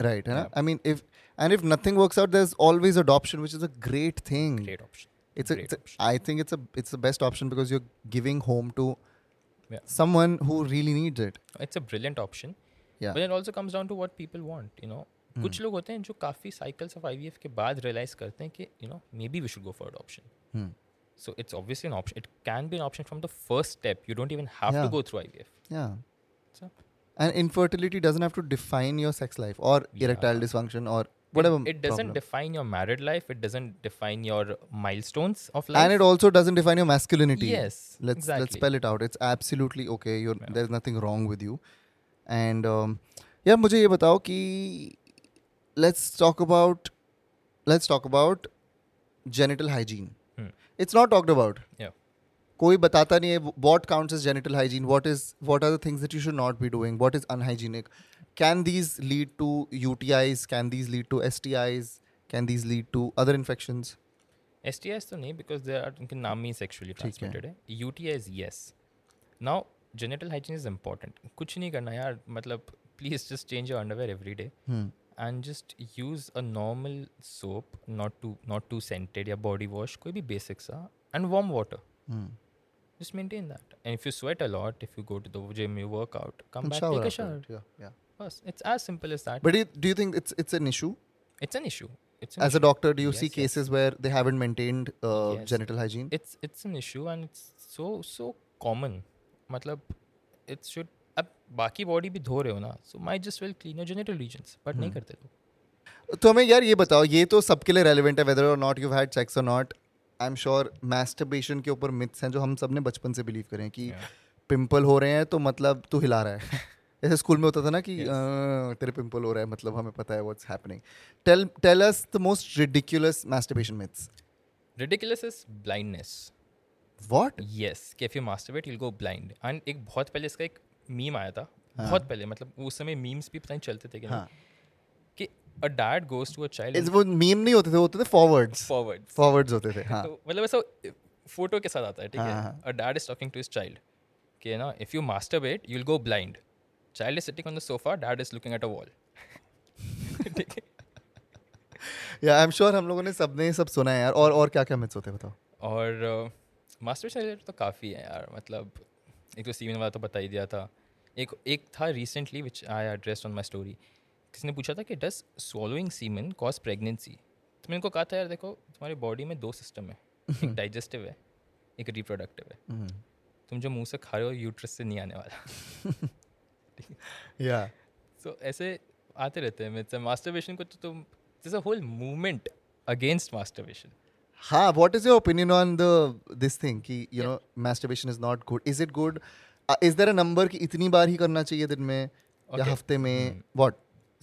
S1: Right है ना I mean if and if nothing works out there is always adoption which is a great thing
S2: Great option.
S1: Hmm. it's a,
S2: Great
S1: it's a
S2: option.
S1: I think it's a it's the best option because you're giving home to
S2: Yeah.
S1: someone who really needs it.
S2: It's a brilliant option.
S1: Yeah. Hmm.
S2: But it also comes down to what people want, you know. कुछ लोग होते हैं जो काफ़ी cycles of IVF के बाद realize करते हैं कि you know maybe we should go for adoption.
S1: Hmm.
S2: So it's obviously an option. It can be an option from the first step. You don't even have to
S1: Yeah.
S2: go through IVF.
S1: Yeah.
S2: So
S1: And infertility doesn't have to define your sex life or erectile dysfunction or whatever.
S2: it, it doesn't
S1: problem.
S2: define your married life. It doesn't define your milestones of life.
S1: and it also doesn't define your masculinity.
S2: Yes,
S1: Let's let's
S2: exactly.
S1: spell it out. It's absolutely okay. You're, There's nothing wrong with you. And um, yeah, मुझे ये बताओ कि let's talk about let's talk about genital hygiene.
S2: Hmm.
S1: It's not talked about.
S2: yeah.
S1: कोई बताता नहीं है what counts is genital hygiene what is what are the things that you should not be doing what is unhygienic can these lead to U T Is can these lead to S T Is can these lead to other infection
S2: STIs तो नहीं because they are उनके नाम ही sexually
S1: है।
S2: Transmitted है U T Is yes now genital hygiene is important कुछ नहीं करना यार मतलब please just change your underwear every day
S1: Hmm.
S2: And just use a normal soap not too not too scented या बॉडी वॉश कोई भी ah, basic सा and warm water
S1: Hmm.
S2: just maintain that and if you sweat a lot if you go to the gym you work out come back take a shower Bas, it's as simple as that
S1: but do you think it's it's an issue
S2: it's an issue it's an
S1: as a doctor do you see
S2: Yes, yes.
S1: Cases where they haven't maintained
S2: Yes.
S1: Genital hygiene
S2: it's it's an issue and it's so so common मतलब it should अब बाकी body भी धो रहे हो ना so my just well clean your genital regions but नहीं करते लोग
S1: तो हमें यार ये बताओ ये तो सबके लिए रेलिवेंट है whether or not you had sex or not I am sure masturbation के ऊपर मिथ्स हैं जो हम सब ने बचपन से बिलीव करें कि पिंपल हो रहे हैं तो मतलब तू हिला रहा है <laughs> जैसे स्कूल में होता था ना कि "अ, तेरे पिंपल हो रहा है मतलब हमें पता है what's happening tell tell us the most ridiculous masturbation myths
S2: ridiculous is blindness
S1: what
S2: yes कि if you masturbate you'll go blind and एक बहुत पहले इसका एक मीम आया था बहुत पहले मतलब उस समय मीम्स भी पता नहीं चलते थे कि नहीं
S1: हाँ।
S2: कि a dad goes to a
S1: इस
S2: चाइल्ड
S1: वो मीम नहीं होते थे वो होते थे फॉरवर्ड्स
S2: फॉरवर्ड
S1: फॉरवर्ड्स होते थे हाँ
S2: तो मतलब ऐसा फोटो के साथ आता है ठीक
S1: हाँ,
S2: है
S1: हाँ।
S2: A dad is talking to his child कि ना if you masturbate you will go blind child is sitting on the sofa dad is looking at a wall ठीक है
S1: या आई एम श्योर हम लोगों ने सब ने सब सुना है यार और और क्या क्या मिथ्स होते हैं बताओ
S2: और मास्टरबेशन रिलेटेड तो काफ़ी है यार मतलब एक तो सीवन वाला तो बता ही दिया था एक एक था recently which I address on my story किसी ने पूछा था कि does swallowing semen cause pregnancy तो मैंने उनको कहा था यार देखो तुम्हारी बॉडी में दो सिस्टम है
S1: <laughs>
S2: एक डाइजेस्टिव है एक रिप्रोडक्टिव है तुम जो मुंह से खा रहे हो यूट्रस से नहीं आने वाला
S1: या
S2: सो ऐसे आते रहते हैं मतलब मास्टरबेशन को तो तुम this a whole movement against masturbation
S1: हाँ what is your opinion on the this thing कि you know masturbation is not good is it good uh, is there a number कि इतनी बार ही करना चाहिए दिन में या
S2: Okay. Mm-hmm.
S1: हफ्ते में what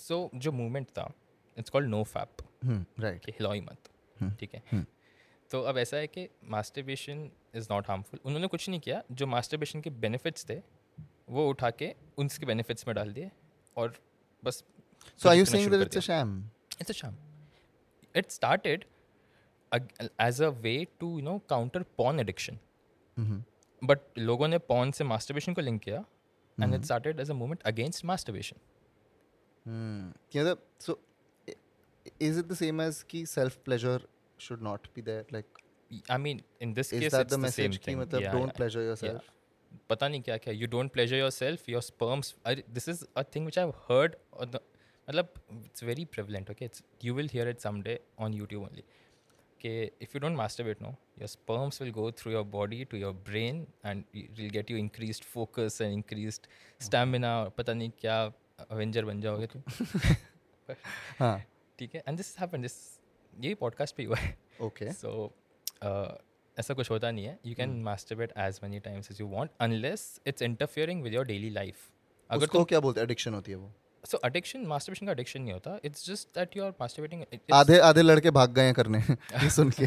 S2: सो जो मूवमेंट था it's called no fap
S1: hmm, right
S2: कि हिलाओ ही
S1: हम्म,
S2: मत ठीक है तो अब ऐसा है कि मास्टरबेशन इज़ नॉट हार्मफुल उन्होंने कुछ नहीं किया जो मास्टरबेशन के बेनिफिट्स थे वो उठा के उसके बेनिफिट्स में डाल दिए और बस
S1: so are you
S2: करना
S1: saying
S2: शुरू
S1: that
S2: कर
S1: it's a sham
S2: दिया। It's a sham. It started ag- as a way to you know counter porn addiction.
S1: Mm-hmm.
S2: But लोगों ने porn से masturbation को link किया and
S1: Mm-hmm.
S2: it started as a movement against masturbation.
S1: hmm. you know so i- is it the same as कि self pleasure should not be there like
S2: I mean, in this
S1: Is
S2: case,
S1: that
S2: it's
S1: the
S2: the, same
S1: message कि
S2: thing.
S1: मतलब don't pleasure yourself?
S2: पता नहीं क्या क्या you don't pleasure yourself your sperms this is a thing which I heard मतलब it's very prevalent okay it's you will hear it someday on YouTube only कि if you don't masturbate no your sperms will go through your body to your brain and will get you increase focus and increase stamina पता नहीं क्या avenger बन जाओगे तुम
S1: हाँ
S2: ठीक है एंड दिस हैपन दिस यही पॉडकास्ट पे ही हुआ है
S1: okay Hmm.
S2: सो ऐसा कुछ होता नहीं है you can masturbate as many times as you want unless it's interfering with your daily life अगर तो,
S1: उसको क्या बोलते हैं एडिक्शन होती है वो
S2: सो एडिक्शन मास्टरबेशन का एडिक्शन नहीं होता it's just that you are masturbating
S1: आधे आधे लड़के भाग गए हैं करने ये सुन के <laughs>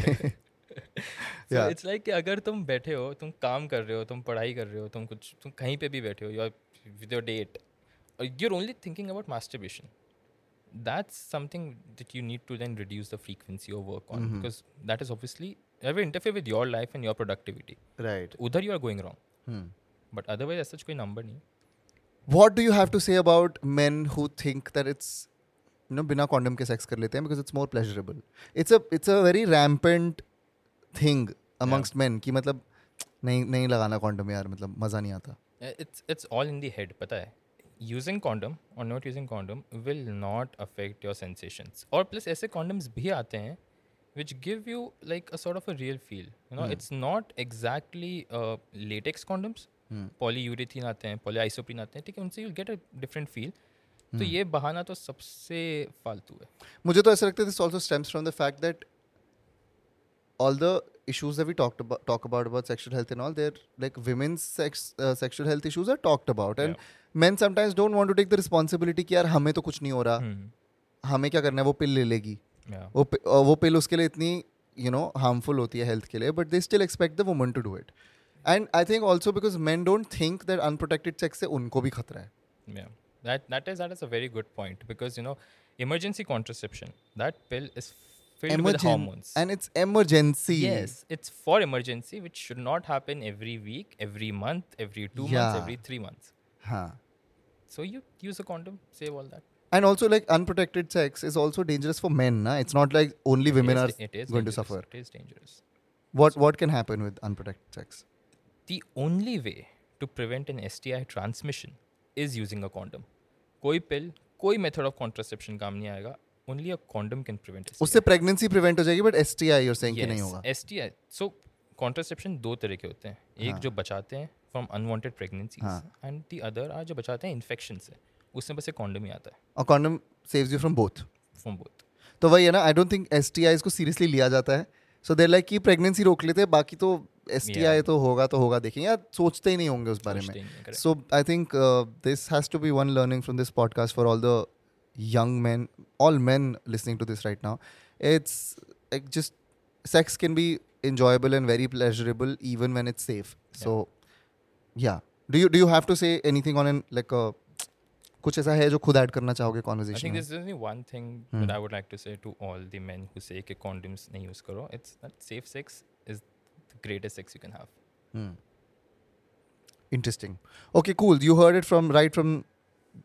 S1: yeah.
S2: इट्स लाइक कि अगर तुम बैठे हो तुम काम कर रहे हो तुम पढ़ाई कर रहे हो तुम कुछ तुम कहीं पे भी बैठे हो you are with your date, uh, you're only thinking about masturbation. That's something that you need to then reduce the frequency of work on because that is obviously that will interfere with your life and your productivity.
S1: Right
S2: उधर you are going wrong but otherwise ऐसा कोई number नहीं
S1: what do you have to say about men who think that it's you know बिना condom के sex कर लेते हैं because it's more pleasurable it's a it's a very rampant thing amongst men कि मतलब नहीं नहीं लगाना condom यार मतलब मज़ा नहीं आता
S2: it's it's all in the head पता है यूजिंग कॉन्डम और not using condom will not affect your sensations और प्लस ऐसे कॉन्डम्स भी आते हैं which give you like a sort of a real feel you know it's not exactly latex condoms polyurethane आते हैं polyisoprene आते हैं ठीक है उनसे you get a different feel तो ये बहाना तो सबसे फालतू है
S1: मुझे तो ऐसा लगता है this also stems from the fact that all the issues that we talked about talk about about sexual health and all they're like women's sex uh, sexual health issues are talked about and men sometimes don't want to take the responsibility कि यार हमें तो कुछ नहीं हो
S2: Hmm.
S1: रहा हमें क्या करना है वो पिल ले लेगी
S2: Yeah.
S1: वो पि- और वो पिल उसके लिए इतनी यू नो हार्मफुल होती है हेल्थ के लिए but they still expect the woman to do it and I think also because man don't think that unprotected sex से उनको भी खतरा है
S2: Yeah, that that is that is a very good point because you know emergency contraception that pill is filled with hormones.
S1: And it's emergency
S2: yes, it's for emergency, which should not happen every week, every month, every two months,
S1: Yeah.
S2: every three months.
S1: हाँ
S2: So you use a condom, save all that.
S1: And also, like unprotected sex is also dangerous for men. Na? It's not like only women
S2: It
S1: are
S2: is- it
S1: going
S2: is
S1: to
S2: dangerous,
S1: suffer.
S2: It is dangerous.
S1: What what can happen with unprotected sex?
S2: The only way to prevent an STI transmission is using a condom. कोई pill, कोई method of contraception काम नहीं आएगा. Only a condom can prevent STI.
S1: उससे pregnancy prevent हो जाएगी but S T I your saying कि नहीं होगा
S2: S T I so contraception दो तरह के होते हैं एक
S1: हाँ।
S2: जो बचाते हैं from unwanted pregnancies and the other are जो बचाते हैं इन्फेक्शन से उसमें बस एक कॉन्डम ही आता है
S1: और condom saves you from both
S2: from both
S1: तो वही है ना I don't think S T I को सीरियसली लिया जाता है सो देर लाइक कि प्रेगनेंसी रोक लेते हैं बाकी तो एस टी आई
S2: Yeah.
S1: तो होगा तो होगा देखेंगे या सोचते ही नहीं होंगे उस बारे
S2: सोचते ही नहीं,
S1: में
S2: correct.
S1: So I think this has to be one learning from this podcast for all the young man all man listening to this right now it's like just sex can be enjoyable and very pleasurable even when it's safe so yeah do you do you have to say anything on an like a कुछ ऐसा है जो खुद add करना चाहोगे
S2: I
S1: conversation
S2: think this is one thing
S1: Hmm.
S2: That I would like to say to all the men who say कि condoms नहीं use करो it's that safe sex is the greatest sex you can have
S1: Hmm. Interesting. Okay, cool. You heard it from right from,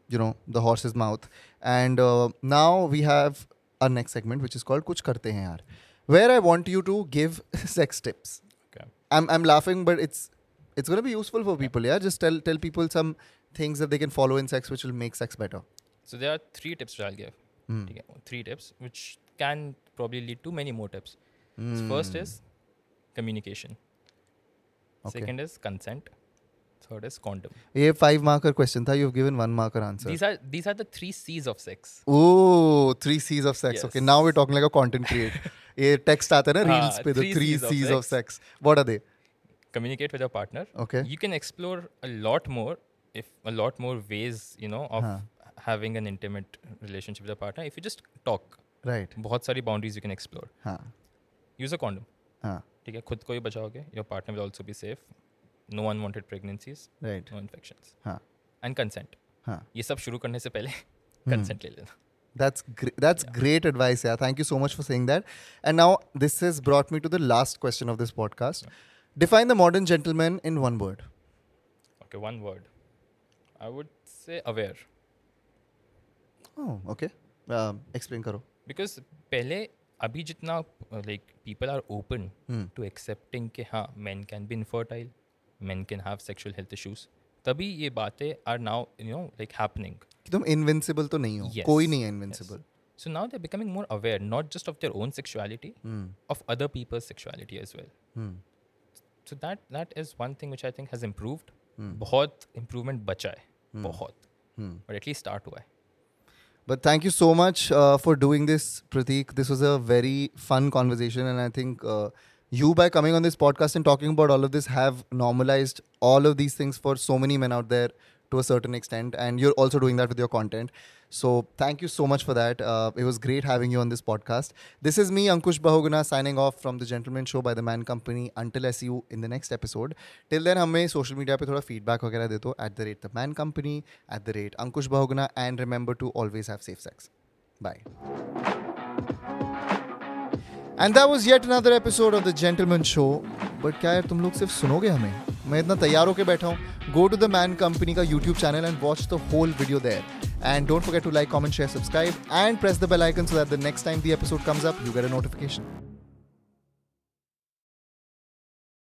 S1: you know, the horse's mouth. And uh, now we have our next segment, which is called Kuch Karte Hain Yaar, where I want you to give <laughs> sex tips.
S2: Okay
S1: I'm, I'm laughing, but it's it's gonna be useful for people. Yeah, just tell tell people some things that they can follow in sex, which will make sex better.
S2: So there are three tips that I'll give.
S1: Hmm.
S2: ठीक है, Three tips which can probably lead to many more tips.
S1: Hmm.
S2: So first is communication.
S1: Okay.
S2: Second is consent. Third is condom.
S1: Hmm. ये five marker question था. You've given one marker answer.
S2: These are these are the three C's of sex.
S1: Ooh, three C's of sex.
S2: Yes.
S1: Okay, now we're talking like a content creator.
S2: <laughs>
S1: ये text आता है ना
S2: हाँ,
S1: reels पे the
S2: three
S1: three
S2: Cs of
S1: C's of sex. What are they?
S2: Communicate with your partner.
S1: Okay.
S2: You can explore a lot more if a lot more ways you know of having an intimate relationship with a partner. If you just talk,
S1: Right.
S2: बहुत सारी boundaries you can explore.
S1: हाँ
S2: Use a condom.
S1: हाँ
S2: ठीक है खुद को ही बचाओगे your partner will also be safe no unwanted pregnancies
S1: right
S2: no infections
S1: हाँ
S2: एंड कंसेंट
S1: हाँ
S2: ये सब शुरू करने से पहले कंसेंट ले लेना
S1: That's great. That's great advice. Yeah, thank you so much for saying that. And now this has brought me to the last question of this podcast. Define the modern gentleman in one word.
S2: Okay one word I would say aware
S1: Oh, okay. Um, explain करो.
S2: Because पहले अभी जितना like people are open
S1: Hmm.
S2: To accepting कि हाँ man can be infertile man can have sexual health issues तभी ये बातें are now you know like happening
S1: कि तुम invincible तो नहीं हो.
S2: Yes.
S1: कोई नहीं है invincible.
S2: So now they're becoming more aware, not just of their own sexuality,
S1: Hmm,
S2: of other people's sexuality as well. So that that is one thing which I think has improved.
S1: hmm,
S2: बहुत improvement बचा है, बहुत. But at least start हुआ है.
S1: But thank you so much uh, for doing this, Pratik. This was a very fun conversation, and I think uh, you, by coming on this podcast and talking about all of this, have normalized all of these things for so many men out there to a certain extent. And you're also doing that with your content. So thank you so much for that. Uh, it was great having you on this podcast. This is me, Ankush Bahuguna, signing off from the Gentleman Show by the Man Company. Until I see you in the next episode. Till then, हमें social media पे थोड़ा feedback वगैरह दे दो at the rate the man company at the rate Ankush Bahuguna and remember to always have safe sex bye and that was yet another episode of the gentleman show but क्या यार तुम लोग सिर्फ सुनोगे हमें मैं इतना तैयार होकर बैठा हूँ go to the man company का YouTube channel and watch the whole video there and don't forget to like comment share subscribe and press the bell icon so that the next time the episode comes up you get a notification